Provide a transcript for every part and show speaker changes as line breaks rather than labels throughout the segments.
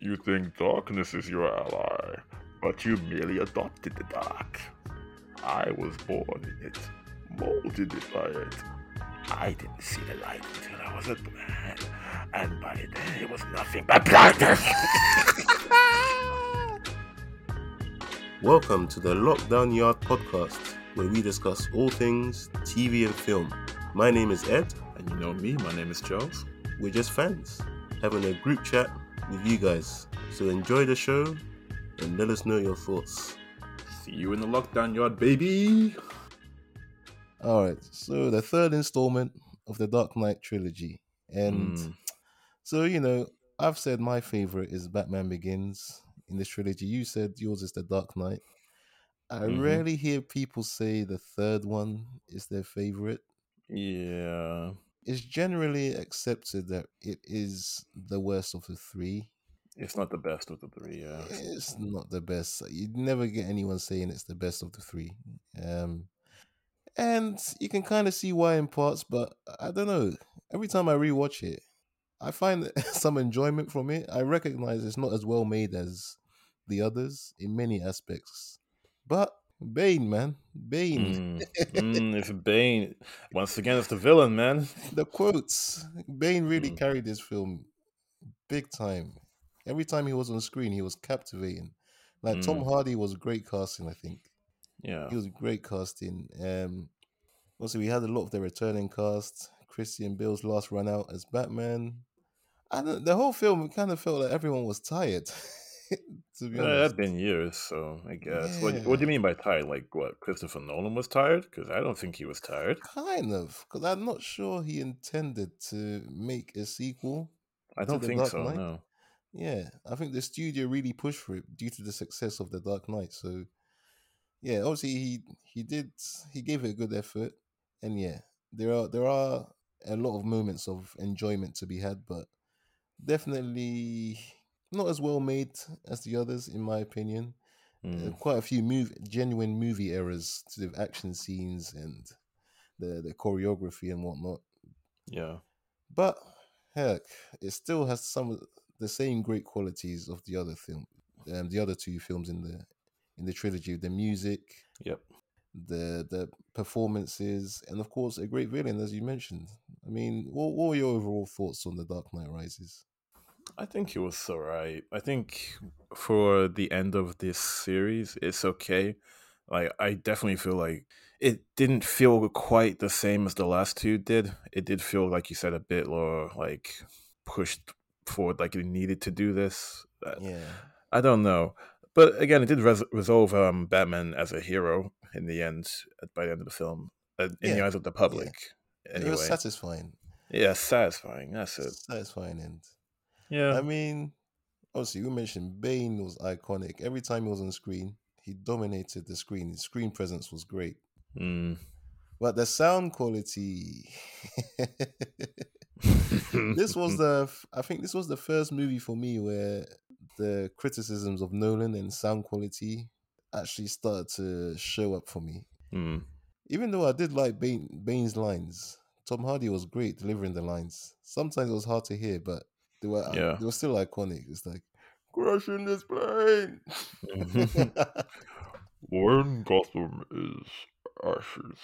You think darkness is your ally, but you merely adopted the dark. I was born in it, molded it by it. I didn't see the light until I was a man, and by then it was nothing but blackness.
Welcome to the Lockdown Yard podcast, where we discuss all things TV and film. My name is Ed.
And you know me, my name is Charles.
We're just fans having a group chat with you guys. So enjoy the show and let us know your thoughts.
See you in the lockdown yard, baby.
All right, so the third installment of the Dark Knight trilogy, and
Hmm.
Mm.
so you know, I've said my favorite is Batman Begins in this trilogy. You said yours is the Dark Knight. I
Mm-hmm.
Mhm.
rarely hear people say the third one is their favorite.
Yeah.
It's generally accepted that it is the worst of the three.
It's not the best of the three, yeah.
It's not the best. You'd never get anyone saying it's the best of the three. Um, and you can kind of see why in parts, but I don't know. Every time I rewatch it, I find some enjoyment from it. I recognize it's not as well made as the others in many aspects. But Bane, man, Bane,
Mm.
Hmm,
Mm, it's Bane. Once again, it's the villain, man.
the quotes. Bane really
Mm.
carried this film big time. Every time he was on screen, he was captivating. Like Tom
Mm.
Hardy was great casting, I think.
Yeah.
He was great casting. Um, also, we had a lot of the returning cast. Christian Bale's last run out as Batman. I don't, the whole film it kind of felt like everyone was tired. to be
Yeah,
honest,
it's been years, so I guess. What, what do
Yeah.
you mean by tired? Like, what? Christopher Nolan was tired? Because I don't think he was tired.
kind of because I'm not sure he intended to make a sequel.
I don't
the
think
Dark
so,
Knight?
no.
Yeah, I think the studio really pushed for it due to the success of The Dark Knight. So, yeah, obviously he he did he gave it a good effort, and yeah, there are there are a lot of moments of enjoyment to be had, but definitely not as well made as the others, in my opinion. Uh,
Mm.
quite a few move, genuine movie errors to the action scenes and the the choreography and whatnot.
Yeah.
But heck, it still has some of the same great qualities of the other film, um, the other two films in the in the trilogy. The music,
Yep.
the the performances, and of course a great villain, as you mentioned. I mean, what, what were your overall thoughts on The Dark Knight Rises?
I think it was alright. I think for the end of this series, it's okay. Like I definitely feel like it didn't feel quite the same as the last two did. It did feel like you said a bit more like pushed forward, like it needed to do this. Uh,
Yeah,
I don't know, but again, it did res- resolve um, Batman as a hero in the end. at- By the end of the film, uh, in the
Yeah.
eyes of the public,
it
anyway.
was satisfying,
yeah, satisfying. That's it.
satisfying end.
Yeah.
I mean, obviously, we mentioned Bane was iconic. Every time he was on screen, he dominated the screen. His screen presence was great. But the sound quality.
Mm.
this was the, f- I think this was the first movie for me where the criticisms of Nolan and sound quality actually started to show up for me.
Mm.
Even though I did like Bane, Bane's lines, Tom Hardy was great delivering the lines. Sometimes it was hard to hear, but they were
Yeah.
they were still iconic. It's like
Crushing this plane. When Gotham is ashes,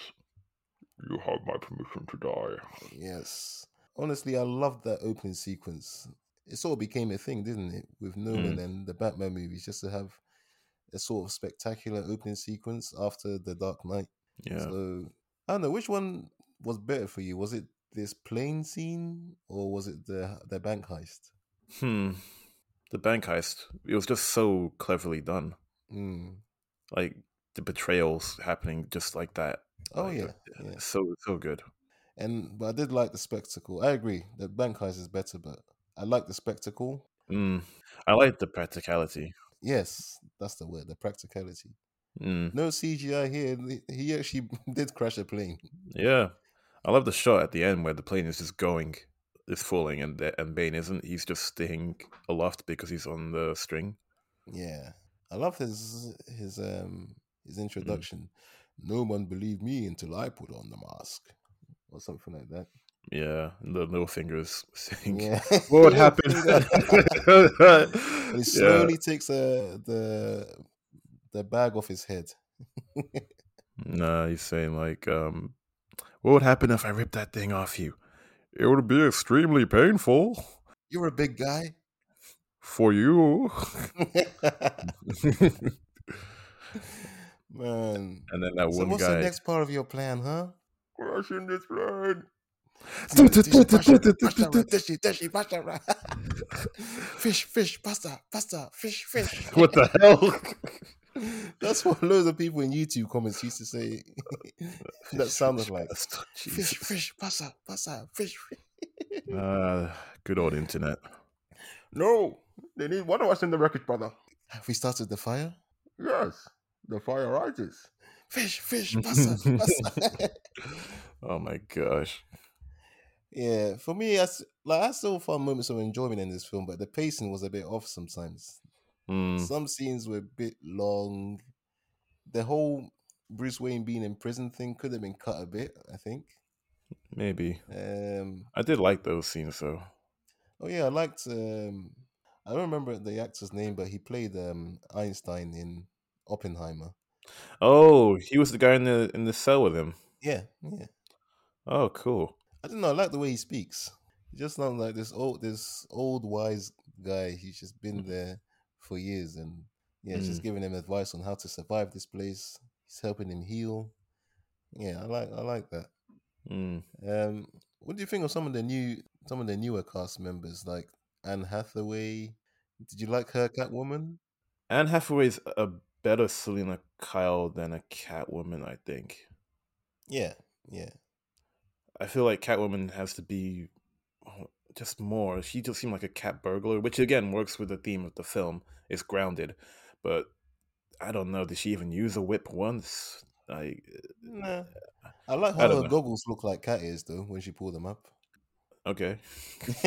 you have my permission to die.
yes, honestly, I loved that opening sequence. It sort of became a thing, didn't it, with Nolan
Mm.
and the Batman movies, just to have a sort of spectacular opening sequence after the Dark Knight.
yeah.
So I don't know which one was better for you. Was it this plane scene or was it the the bank heist?
Hmm. The bank heist. It was just so cleverly done.
Mm.
Like the betrayals happening just like that.
Oh
Like,
yeah,
uh,
yeah.
So so good.
And but I did like the spectacle. I agree that bank heist is better, but I like the spectacle.
Mm. I like the practicality.
Yes, that's the word. The practicality.
Mm.
No CGI here. and he- He actually did crash a plane.
Yeah. I love the shot at the end where the plane is just going, is falling, and the- and Bane isn't. He's just staying aloft because he's on the string.
Yeah, I love his his um
Mm.
his introduction. No one believed me until I put on the mask, or something like that.
Yeah, and the little fingers sink.
Yeah.
What would
Yeah,
happen?
do that. and
yeah.
he slowly takes uh, the the bag off his head.
Nah, he's saying like, um, what would happen if I ripped that thing off you? It would be extremely painful
You're a big guy.
for you. and
Man.
then that
So
one
what's the
guy.
next part of your plan, huh?
Crashing this plane.
Fish, fish, pasta, pasta, fish, fish.
what the hell?
That's what loads of people in YouTube comments used to say. that sounded like
Jesus.
fish, fish, pasta, pasta, fish. fish.
Uh, good old internet.
No, they need one of us in the wreckage, brother.
Have we started the fire?
Yes, the fire rises.
Fish, fish, pasta, pasta.
Oh my gosh.
yeah, for me, I s like I still found moments of enjoyment in this film, but the pacing was a bit off sometimes.
Mm,
Some scenes were a bit long. The whole Bruce Wayne being in prison thing could have been cut a bit, I think.
maybe.
Um,
I did like those scenes though.
oh yeah, I liked. Um, I don't remember the actor's name, but he played um, Einstein in Oppenheimer.
Oh, he was the guy in the in the cell with him.
Yeah, yeah.
Oh, cool.
I don't know. I like the way he speaks. He just sounds like this old, this old wise guy. He's just been there for years, and yeah, it's just giving him advice on how to survive this place. He's helping him heal. Yeah, I like, I like that.
Mm.
Um, what do you think of some of the new, some of the newer cast members like Anne Hathaway? Did you like her Catwoman?
Anne Hathaway's a better Selena Kyle than a Catwoman, I think.
Yeah, yeah.
I feel like Catwoman has to be oh, just more. She just seemed like a cat burglar, which again works with the theme of the film. It's grounded, but I don't know. Did she even use a whip once? Like,
Nah. I like
I
how
don't
her
know.
goggles look like cat ears though when she pulled them up.
okay,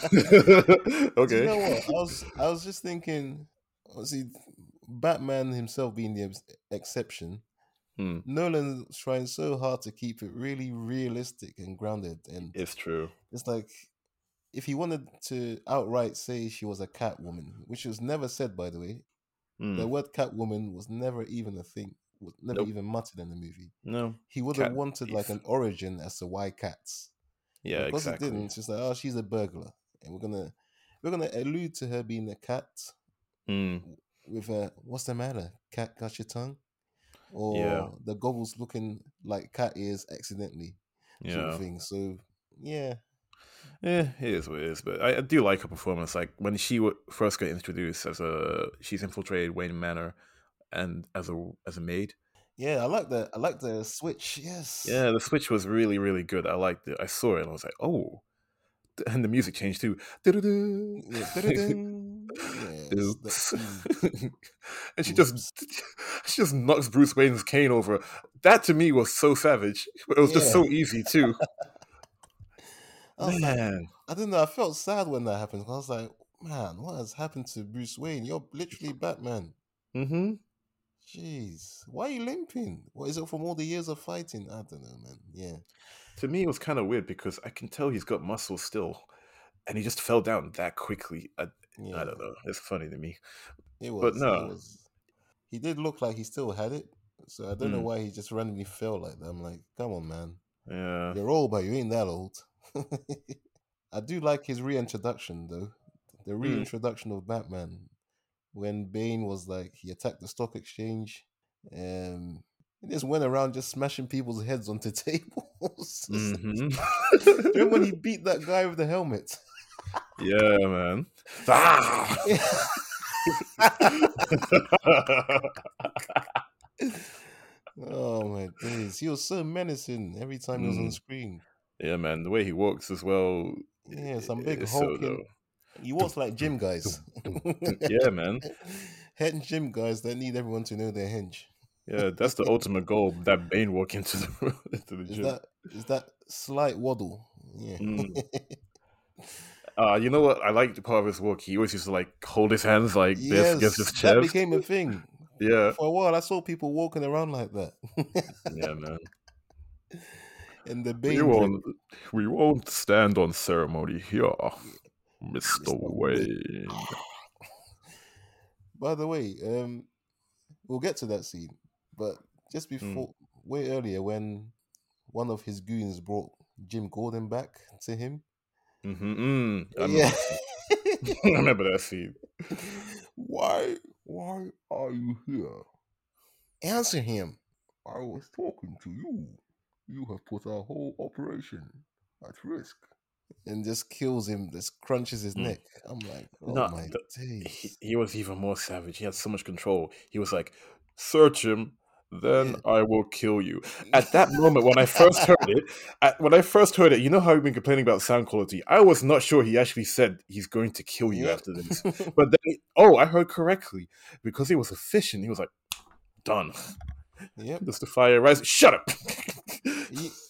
Do
okay.
you know what? I was I was just thinking, obviously, Batman himself being the ex- exception,
Hmm,
Nolan's trying so hard to keep it really realistic and grounded, and
it's true.
it's like if he wanted to outright say she was a cat woman, which was never said by the way,
Hmm,
the word cat woman was never even a thing, was never
Nope.
even muttered in the movie.
No,
He would have
Cat
wanted like
thief.
an origin as to why cats.
yeah,
because
exactly.
it didn't, it's just like, oh, she's a burglar, and we're gonna we're gonna allude to her being a cat
Hmm,
with a what's the matter? Cat got your tongue, or the goggles looking like cat ears accidentally, sort
yeah.
of thing. So yeah,
Yeah, it is what it is, but I, I do like her performance. Like when she w- first got introduced as a, she's infiltrated Wayne Manor, and as a as a maid.
yeah, I like the I like the switch. Yes,
Yeah, the switch was really really good. I liked it. I saw it and I was like, oh, and the music changed too. Du-du-du.
Yeah, da-da-dun. Yes,
Oops.
the-
and she just she just knocks Bruce Wayne's cane over. That to me was so savage, but it was just
Yeah. Oh.
so easy too.
I was like,
Man,
I don't know. I felt sad when that happened. 'cause I was like, man, what has happened to Bruce Wayne? You're literally Batman.
mm-hmm.
Jeez, why are you limping? What is it from all the years of fighting? I don't know, man. Yeah,
to me it was kind of weird because I can tell he's got muscles still, and he just fell down that quickly. I,
yeah.
I don't know. It's funny to me.
It was,
But no.
it was. He did look like he still had it, so I don't know
Mm.
why he just randomly fell like that. I'm like, come on, man,
Yeah,
you're old, but you ain't that old. I do like his reintroduction though, the reintroduction of Batman when Bane was like he attacked the stock exchange, um, he just went around just smashing people's heads onto tables.
Hmm. Mhm.
Remember when he beat that guy with the helmet?
yeah, man. Ah!
oh my days. He was so menacing every time he was on
Mm.
screen.
yeah, man. The way he walks as well.
Yeah, some
i-
big
is so
hulking. He walks like gym guys.
dope. yeah, man.
Henge gym guys that need everyone to know their henge.
Yeah, that's the ultimate goal. That Bane walk into the into the
Is
gym.
that is that slight waddle? Yeah.
Mm. Uh, you know what? I like the part of his walk. He always used to like hold his hands like this against his
that
chest. Uh
became a thing.
yeah,
For a while I saw people walking around like that.
yeah, man.
in the eh,
We
Bane.
won't, we won't stand on ceremony here, Mr. Wayne.
By the way, um, we'll get to that scene, but just
Mm.
before, way earlier, when one of his goons brought Jim Gordon back to him,
Mm-hmm, mm, I, remember,
yeah,
I remember that scene.
why, why are you here? Answer him.
I was talking to you. You have put our whole operation at risk.
And just kills him, just crunches his
Mm.
neck. I'm like, oh
No,
my
the- he,
days.
he was even more savage. He had so much control. He was like, "Search him, then I will kill you." At that moment, when I first heard it, at, when I first heard it, you know how we've been complaining about sound quality. I was not sure he actually said he's going to kill you
Yeah.
after this. But then, oh, I heard correctly because he was efficient. He was like, "Done."
yep.
Just the fire rise. Shut up.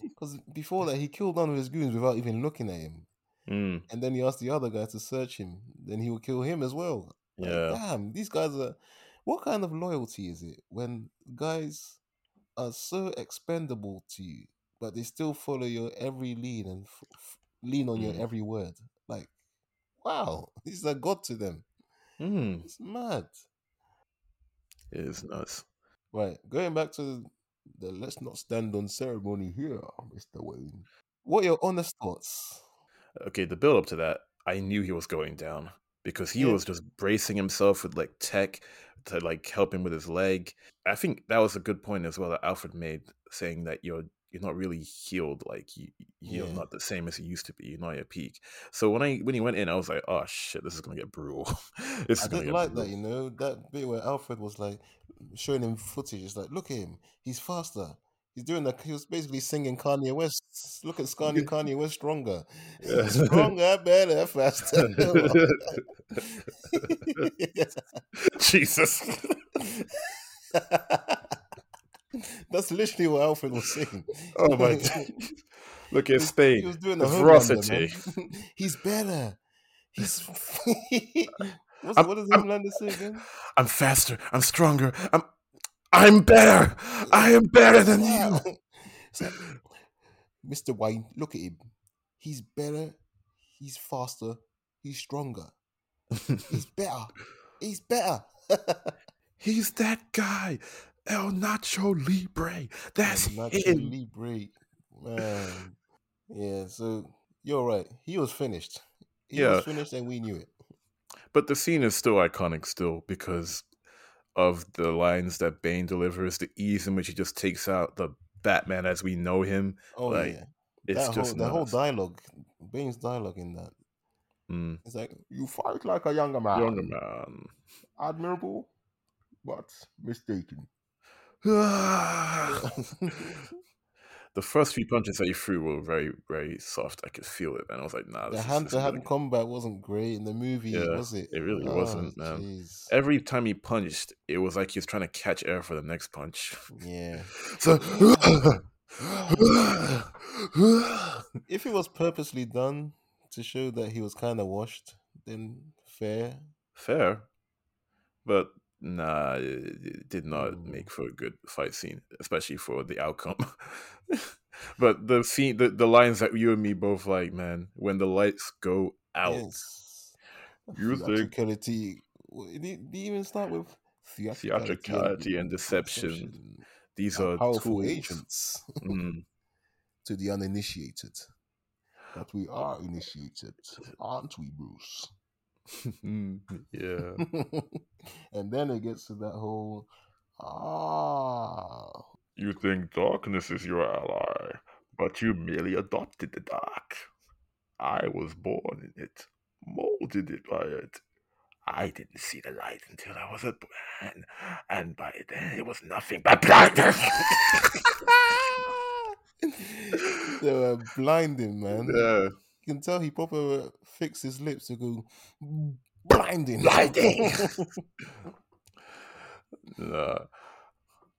Because before that, he killed one of his goons without even looking at him.
Mm,
and then he asked the other guy to search him, then he will kill him as well. Like,
yeah.
damn, these guys are. What kind of loyalty is it when guys are so expendable to you, but they still follow your every lead and f- f- lean on your
Mm.
every word? Like, wow, these are God to them.
Mm,
It's mad.
it is nuts.
Right, going back to the let's not stand on ceremony here, Mr. Wayne. What are your honest thoughts?
okay, the build up to that, I knew he was going down because he
Yeah.
was just bracing himself with like tech to like help him with his leg. I think that was a good point as well that Alfred made, saying that you're you're not really healed, like you you're
Yeah.
not the same as you used to be. You're not at your peak. So when I when he went in, I was like, oh shit, this is gonna get brutal. this
I
is gonna
did
get
like that,
brutal.
you know, that bit where Alfred was like showing him footage. It's like, look at him, he's faster. He's doing that. He was basically singing Kanye West. Look at Kanye, Kanye West stronger,
Yeah.
stronger, better, faster.
Jesus.
That's literally what Alfred was saying.
Oh my god. Look at
He's-
Spain.
He was doing
the
the Homelander,
ferocity.
man. he's better. He's. What's,
I'm-
what does
I'm-
Homelander say again?
I'm faster. I'm stronger. I'm I'm better. I am better than you.
Wow. It's like, Mr. Wayne, look at him. He's better. He's faster. He's stronger. He's better. He's better.
He's that guy. El Nacho Libre. That's
And Nacho
him.
Libre. Man. Yeah, so you're right. He was finished. He was
Yeah.
finished and we knew it.
But the scene is still iconic still because of the lines that Bane delivers, the ease in which he just takes out the Batman as we know him.
Oh
Like,
yeah.
It's
that whole
just
the whole
nuts.
dialogue, Bane's dialogue in that.
Mm.
It's like
You fight like a younger
Ah.
man.
Younger man.
Admirable, but mistaken.
Ah. the first few punches that he threw were very, very soft. I could feel it, and I was like, "Nah,
the
this is
hand
this
to
is gonna
hand combat wasn't great in the movie,
Yeah,
was it?
it really
Oh
wasn't, man.
jeez.
Every time he punched, it was like he was trying to catch air for the next punch.
Yeah.
So,
if it was purposely done to show that he was kind of washed, then fair.
fair, but nah, it, it did not
Mm.
make for a good fight scene, especially for the outcome. but the scene, the, the lines that you and me both like, man, when the lights go out,
Yes.
You think-
theatricality? w- Did he, did he even start with
theatricality and deception, these
are
are
powerful
tools.
agents
Mm,
to the uninitiated.
But we are initiated, aren't we, Bruce?
mm, yeah.
and then it gets to that whole ah.
You think darkness is your ally, but you merely adopted the dark. I was born in it, molded it by it. I didn't see the light until I was a man, and by then it was nothing but blackness.
they were blinding, man.
Yeah.
You can tell he proper fixed his lips to go blinding.
Blinding.
Nah.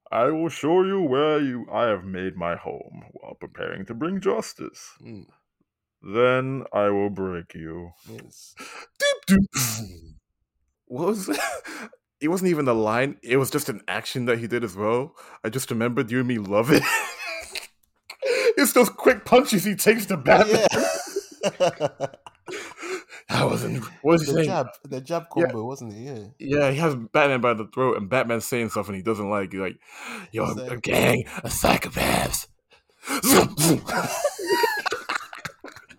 I will show you where you I have made my home while preparing to bring justice.
Mm,
Then I will break you.
yes.
What was it? Wasn't even a line. It was just an action that he did as well. I just remembered you and me love it. it's those quick punches he takes to Batman.
Yeah.
I wasn't. What was he
the
saying?
jab, the jab
Yeah.
combo, wasn't it? Yeah.
Yeah, he has Batman by the throat, and Batman's saying something he doesn't like. He's like, "You're
Psychopath.
a gang of psychopaths."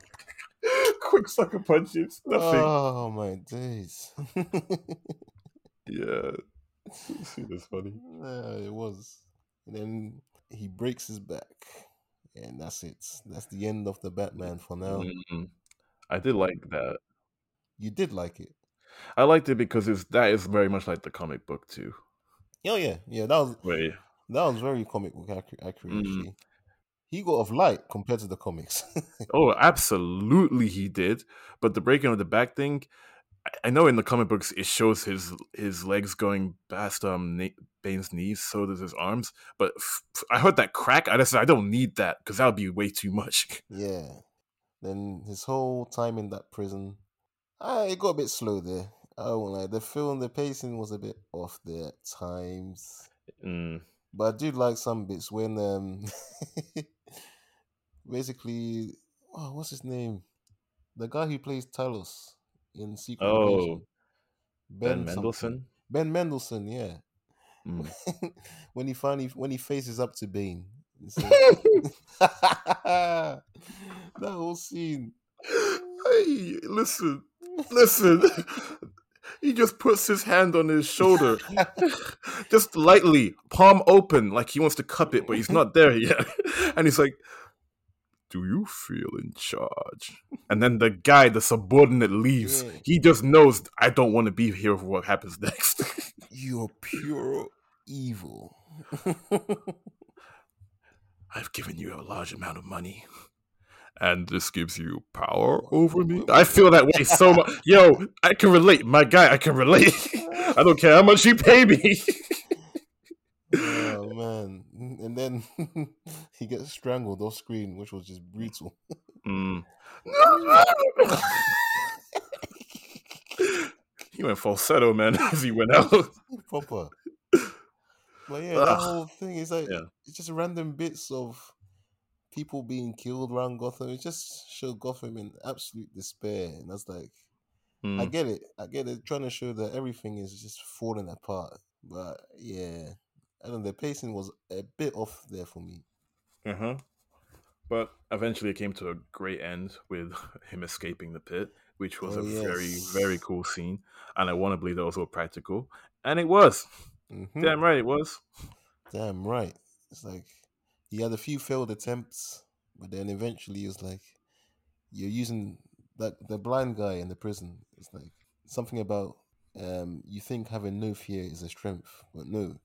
Quick sucker punches. Nothing.
Oh my days.
yeah, see, that's funny.
Yeah, it was. And then he breaks his back. And that's it. That's the end of the Batman for now.
Mhm. I did like that.
You did like it.
I liked it because it's that is very much like the comic book too.
Oh yeah, yeah. That was
Wait,
that was very comic book accurate. accurate
Mm.
actually. He got off light compared to the comics.
oh, absolutely, he did. But the breaking of the back thing, I- I know in the comic books it shows his his legs going past um Na- Bane's knees, so does his arms. But f- f- I heard that crack. I just I don't need that because that would be way too much.
yeah. Then his whole time in that prison, ah, it got a bit slow there. I won't lie. The film, the pacing was a bit off there at times.
Mm.
But I do like some bits when um basically oh, what's his name? The guy who plays Talos in Secret
Oh,
Invasion.
Ben
something.
Mendelsohn.
Ben Mendelsohn, yeah.
Mm.
when he finally when he faces up to Bane. and says- that whole scene.
Hey, listen, listen. He just puts his hand on his shoulder, just lightly, palm open, like he wants to cup it, but he's not there yet. And he's like, Do you feel in charge? And then the guy, the subordinate, leaves.
Yeah.
He just knows, I don't want to be here for what happens next.
You're pure evil.
I've given you a large amount of money. And this gives you power over me. I feel that way so much. Yo, I can relate. My guy, I can relate. I don't care how much you pay me.
oh man. And then he gets strangled off screen, which was just brutal.
Mm. he went falsetto, man, as he went out.
proper. But yeah, that
Ugh.
whole thing is like
Yeah.
it's just random bits of people being killed around Gotham. It just showed Gotham in absolute despair, and that's like I
Mm.
get it, I get it, trying to show that everything is just falling apart. But yeah, I don't. know, The pacing was a bit off there for me.
Uh-huh. But eventually it came to a great end with him escaping the pit, which was
Oh,
a very,
yes.
very cool scene. And I want to believe that was all practical. And it was.
Mhm.
Damn right it was.
Damn right. It's like he had a few failed attempts, but then eventually it's like you're using that the blind guy in the prison. It's like something about um, you think having no fear is a strength, but no,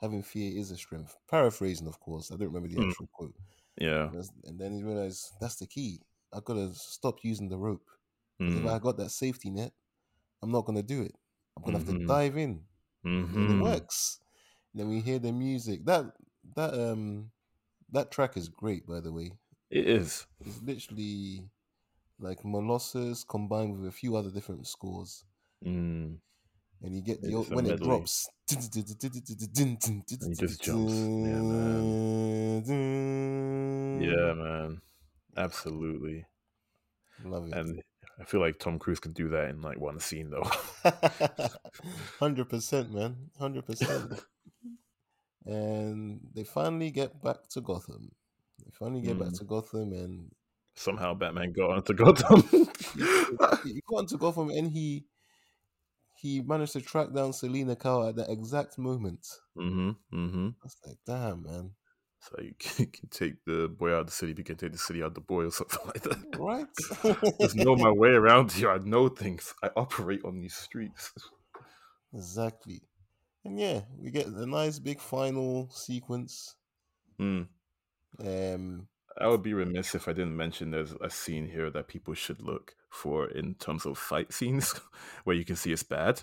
having fear is a strength. Paraphrasing, of course. I don't remember the
Mm.
actual quote.
Yeah.
That's- And then he realized that's the key. I gotta stop using the rope. 'Cause If
Mm.
I got that safety net, I'm not gonna do it. I'm gonna have to
Mhm.
dive in and
Mhm.
it works. then we hear the music. That that um that track is great, by the way.
It is.
It's literally like Molossus combined with a few other different scores,
Mm.
and you get the
It's
old,
a
when it
medley.
drops.
he just jumps. Yeah, Yeah, man. Absolutely.
love it.
And I feel like Tom Cruise could do that in like one scene though.
Hundred percent, man. Hundred percent. And they finally get back to Gotham. They finally get back
Mm.
to Gotham, and
Somehow Batman got onto Gotham.
he got into Gotham and he he managed to track down Selena Kyle at the exact moment.
mm-hmm. Mm-hmm.
I was like, damn, man.
So you can, can take the boy out of the city, if you can take the city out of the boy or something like that.
Right?
Just know my way around here. I know things. I operate on these streets.
exactly. And yeah, we get a nice big final sequence.
Mm.
Um
I would be remiss if I didn't mention there's a scene here that people should look for in terms of fight scenes where you can see it's bad.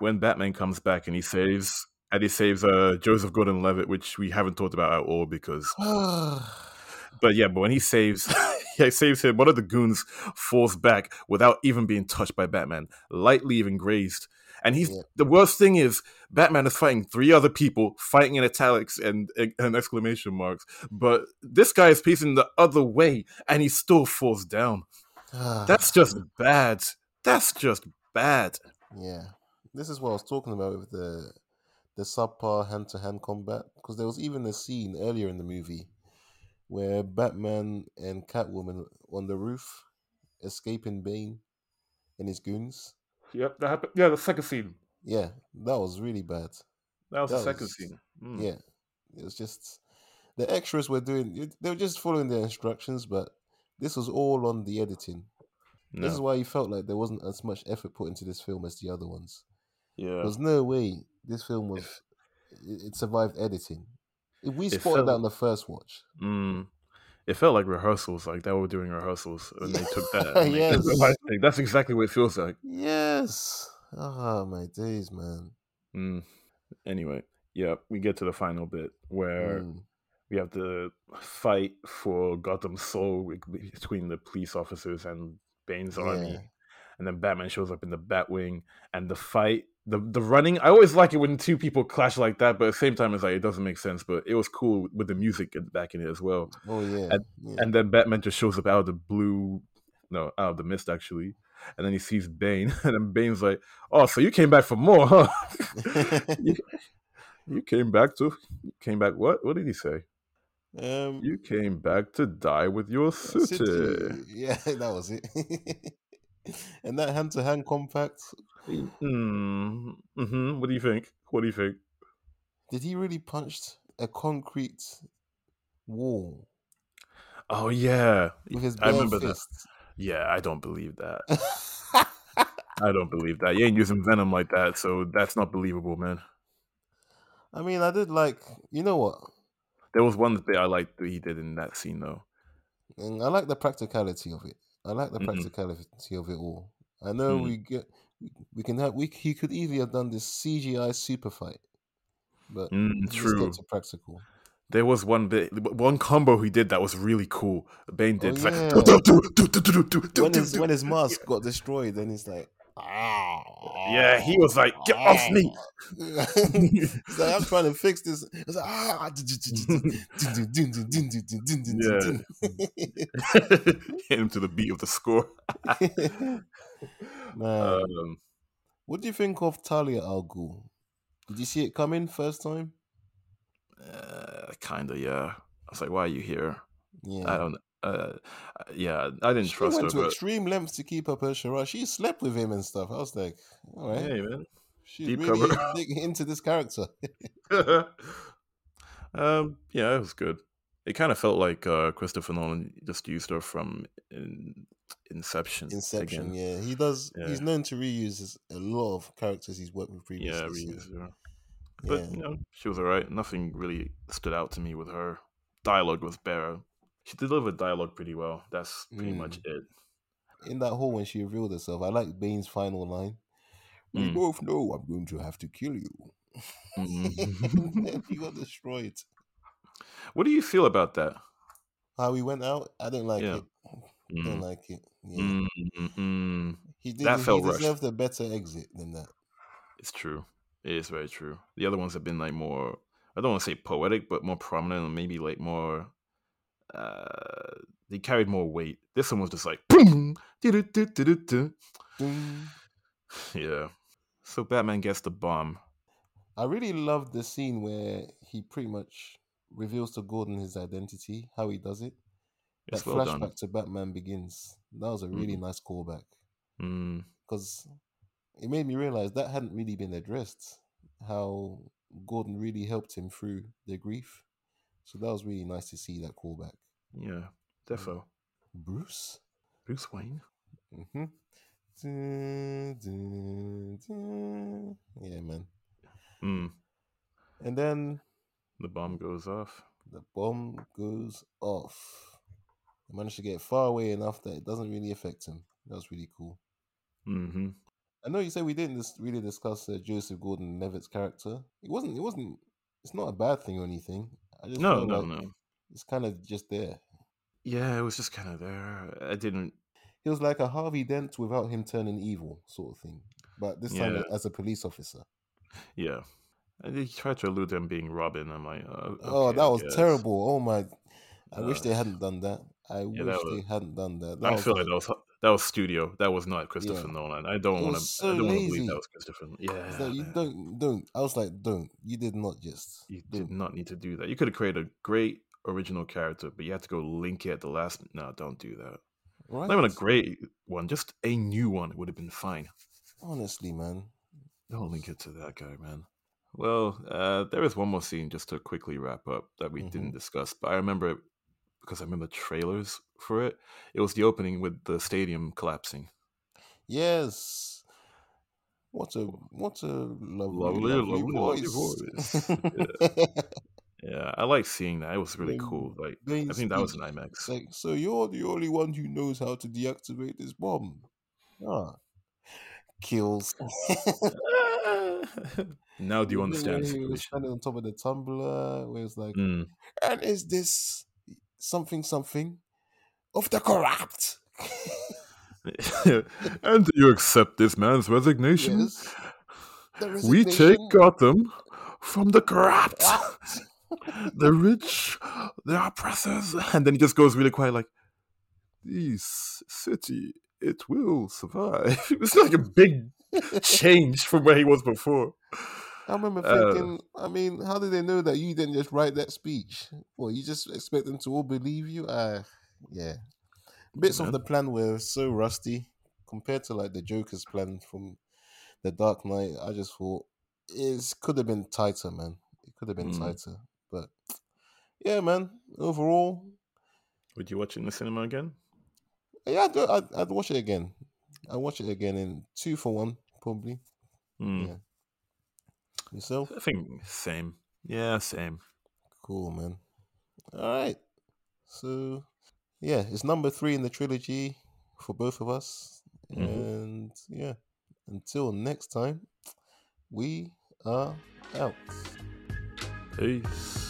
When Batman comes back and he saves and he saves uh, Joseph Gordon Levitt, which we haven't talked about at all because but yeah, but when he saves he saves him, one of the goons falls back without even being touched by Batman, lightly even grazed. And he's
Yeah.
the worst thing is Batman is fighting three other people, fighting in italics and and exclamation marks. But this guy is pacing the other way, and he still falls down.
Ah,
That's just bad. That's just bad.
yeah. This is what I was talking about with the the subpar hand to hand combat because there was even a scene earlier in the movie where Batman and Catwoman on the roof escaping Bane and his goons.
Yep, that happened. Yeah, the second scene.
Yeah, that was really bad.
That was
That
the second
was-
scene. Mm.
Yeah, it was just the extras were doing. They were just following their instructions, but this was all on the editing.
No.
This is why you felt like there wasn't as much effort put into this film as the other ones.
yeah.
There's no way this film was it, it survived editing. If we
It
spotted that
felt-
on the first watch,
Mm. It felt like rehearsals, like they were doing rehearsals, and they took that. and they
Yes.
did the right thing. That's exactly what it feels like.
yes. Ah, my days, man.
Mm. Anyway, yeah, we get to the final bit where
Mm.
we have the fight for Gotham's soul wi- between the police officers and Bane's army,
Yeah.
and then Batman shows up in the Batwing, and the fight, the the running. I always like it when two people clash like that, but at the same time, it's like it doesn't make sense. But it was cool with the music in- back in it as well.
Oh yeah. yeah.
And then Batman just shows up out of the blue, no, out of the mist actually. And then he sees Bane, and then Bane's like, "Oh, so you came back for more, huh? you, you came back to, you came back. What? What did he say?
um,
You came back to die with your
City.
city.
Yeah, that was it. and that hand to hand compact,
Mm, hmm What do you think? What do you think?
did he really punch a concrete wall
Oh yeah,
with his
I
bare
remember that.
fist?
Yeah, I don't believe that. I don't believe that. You ain't using venom like that, so that's not believable, man.
I mean, I did like, you know what?
There was one bit I liked that he did in that scene though.
And I like the practicality of it. I like the
Mhm.
practicality of it all. I know
Mm.
we get, we can have, we he could easily have done this CGI super fight, but
Mm,
he just
true.
got to practical.
There was one bit, one combo he did that was really cool. Bane did.
Oh,
It's
yeah.
like, "Do, do, do, do, do, do, do, do,
When
do,
his
do."
when his mask got destroyed, then he's like,
yeah, he was like, get off
Oh.
me.
It's like, "Ah, I'm trying to fix this. It's like, ah, yeah.
Hit him to the beat of the score.
Man,
Um,
what do you think of Talia Al Ghul? Did you see it coming first time?
uh, kinda, yeah. I was like, why are you here?
Yeah.
I don't. Uh, yeah, I didn't
she
trust
went
her.
to
But
extreme lengths to keep up her charade. She slept with him and stuff. I was like, all right,
hey, man.
she's
deep
really
cover.
dig into this character.
um, yeah, it was good. It kind of felt like uh, Christopher Nolan just used her from in- Inception.
Inception,
again.
yeah. He does.
Yeah.
He's known to reuse his, a lot of characters he's worked with previously.
yeah,
so,
reused her. But
yeah.
you know, she was alright. Nothing really stood out to me with her. Dialogue was better. She delivered dialogue pretty well. That's pretty much
Mm.
it.
in that hall when she revealed herself, I like Bane's final line. We
Mm.
both know I'm going to have to kill you. and
Mm.
then he got destroyed.
what do you feel about that?
How he went out, I didn't like
Yeah.
it. I
Mm.
didn't like it. Yeah.
Mm,
Mm-hmm.
mm, mm.
He did
That felt
he
rushed.
deserved a better exit than that.
It's true. It is very true. The other ones have been like more. I don't want to say poetic, but more prominent, and maybe like more. Uh, they carried more weight. This one was just like boom, doo-doo-doo-doo-doo-doo.
Ding.
yeah. So Batman gets the bomb.
I really loved the scene where he pretty much reveals to Gordon his identity, how he does it.
It's
that
well done.
flashback
Mm-hmm.
to Batman Begins. That was a really nice callback
Mm.
because it made me realize that hadn't really been addressed. How Gordon really helped him through the grief. So that was really nice to see that callback.
Yeah, defo.
Bruce?
Bruce Wayne.
Mm-hmm. Yeah, man.
Mm.
And then
The bomb goes off.
the bomb goes off. He managed to get far away enough that it doesn't really affect him. That was really cool. Mm-hmm.
hmm
I know you said we didn't dis- really discuss uh, Joseph Gordon-Levitt's character. It wasn't. It wasn't. It's not a bad thing or anything. I just
No,
felt
no,
like
no.
it's kind of just there.
Yeah, it was just kind of there. I didn't.
He was like a Harvey Dent without him turning evil, sort of thing. but this time
Yeah.
as a police officer.
Yeah. And they tried to allude them being Robin. I'm like, uh,
oh,
okay,
that
I
was
guess.
terrible. Oh my! I wish
Uh,
they hadn't done that. I
yeah,
wish
that was-
they hadn't done that.
I
was
feel like that was that was studio. That was not Christopher
Yeah.
Nolan. I don't want to.
was so
I don't want to
lazy.
believe that was Christopher. Yeah,
It's like, you
Ah, man.
don't, don't. I was like, don't. You did not just.
You did
don't.
not need to do that. You could have created a great original character, but you had to go link it at the last. No, don't do that.
Right?
Not even a great one. Just a new one would have been fine.
Honestly, man.
Don't link it to that guy, man. Well, uh, there is one more scene just to quickly wrap up that we
Mhm.
didn't discuss, but I remember it because I remember trailers for it. It was the opening with the stadium collapsing.
Yes. What a what a lovely,
Lovely,
lovely,
lovely, lovely
voice.
voice. Yeah, I like seeing that. It was really cool. Like
They
I think that was an
speak. It's
IMAX.
like, so you're the only one who knows how to deactivate this bomb. Ah. Kills.
now do you
The bit where
understand the
He was
situation?
standing on top of the tumbler, where it's like,
Mm.
and is this something something of the corrupt?
and do you accept this man's resignation?
Yes. The
We take
resignation-
Gotham from the corrupt,
Corrupt.
the rich, the oppressors, and then he just goes really quiet, like, "This city, it will survive." it's like a big change from where he was before.
I remember
Uh,
thinking, I mean, how did they know that you didn't just write that speech? Well, you just expect them to all believe you? Uh, yeah. Bits of
Man.
the plan were so rusty compared to like the Joker's plan from The Dark Knight. I just thought it could have been tighter, man. It could have been
Mm.
tighter. But yeah, man, overall,
Would you watch it in the cinema again?
yeah, I'd, I'd, I'd watch it again. I'd watch it again in two for one, probably.
Mm.
Yeah. Yourself?
I think same. Yeah, same.
Cool, man. All right. So, yeah, it's number three in the trilogy for both of us.
Mhm.
And yeah, until next time, we are out.
Peace.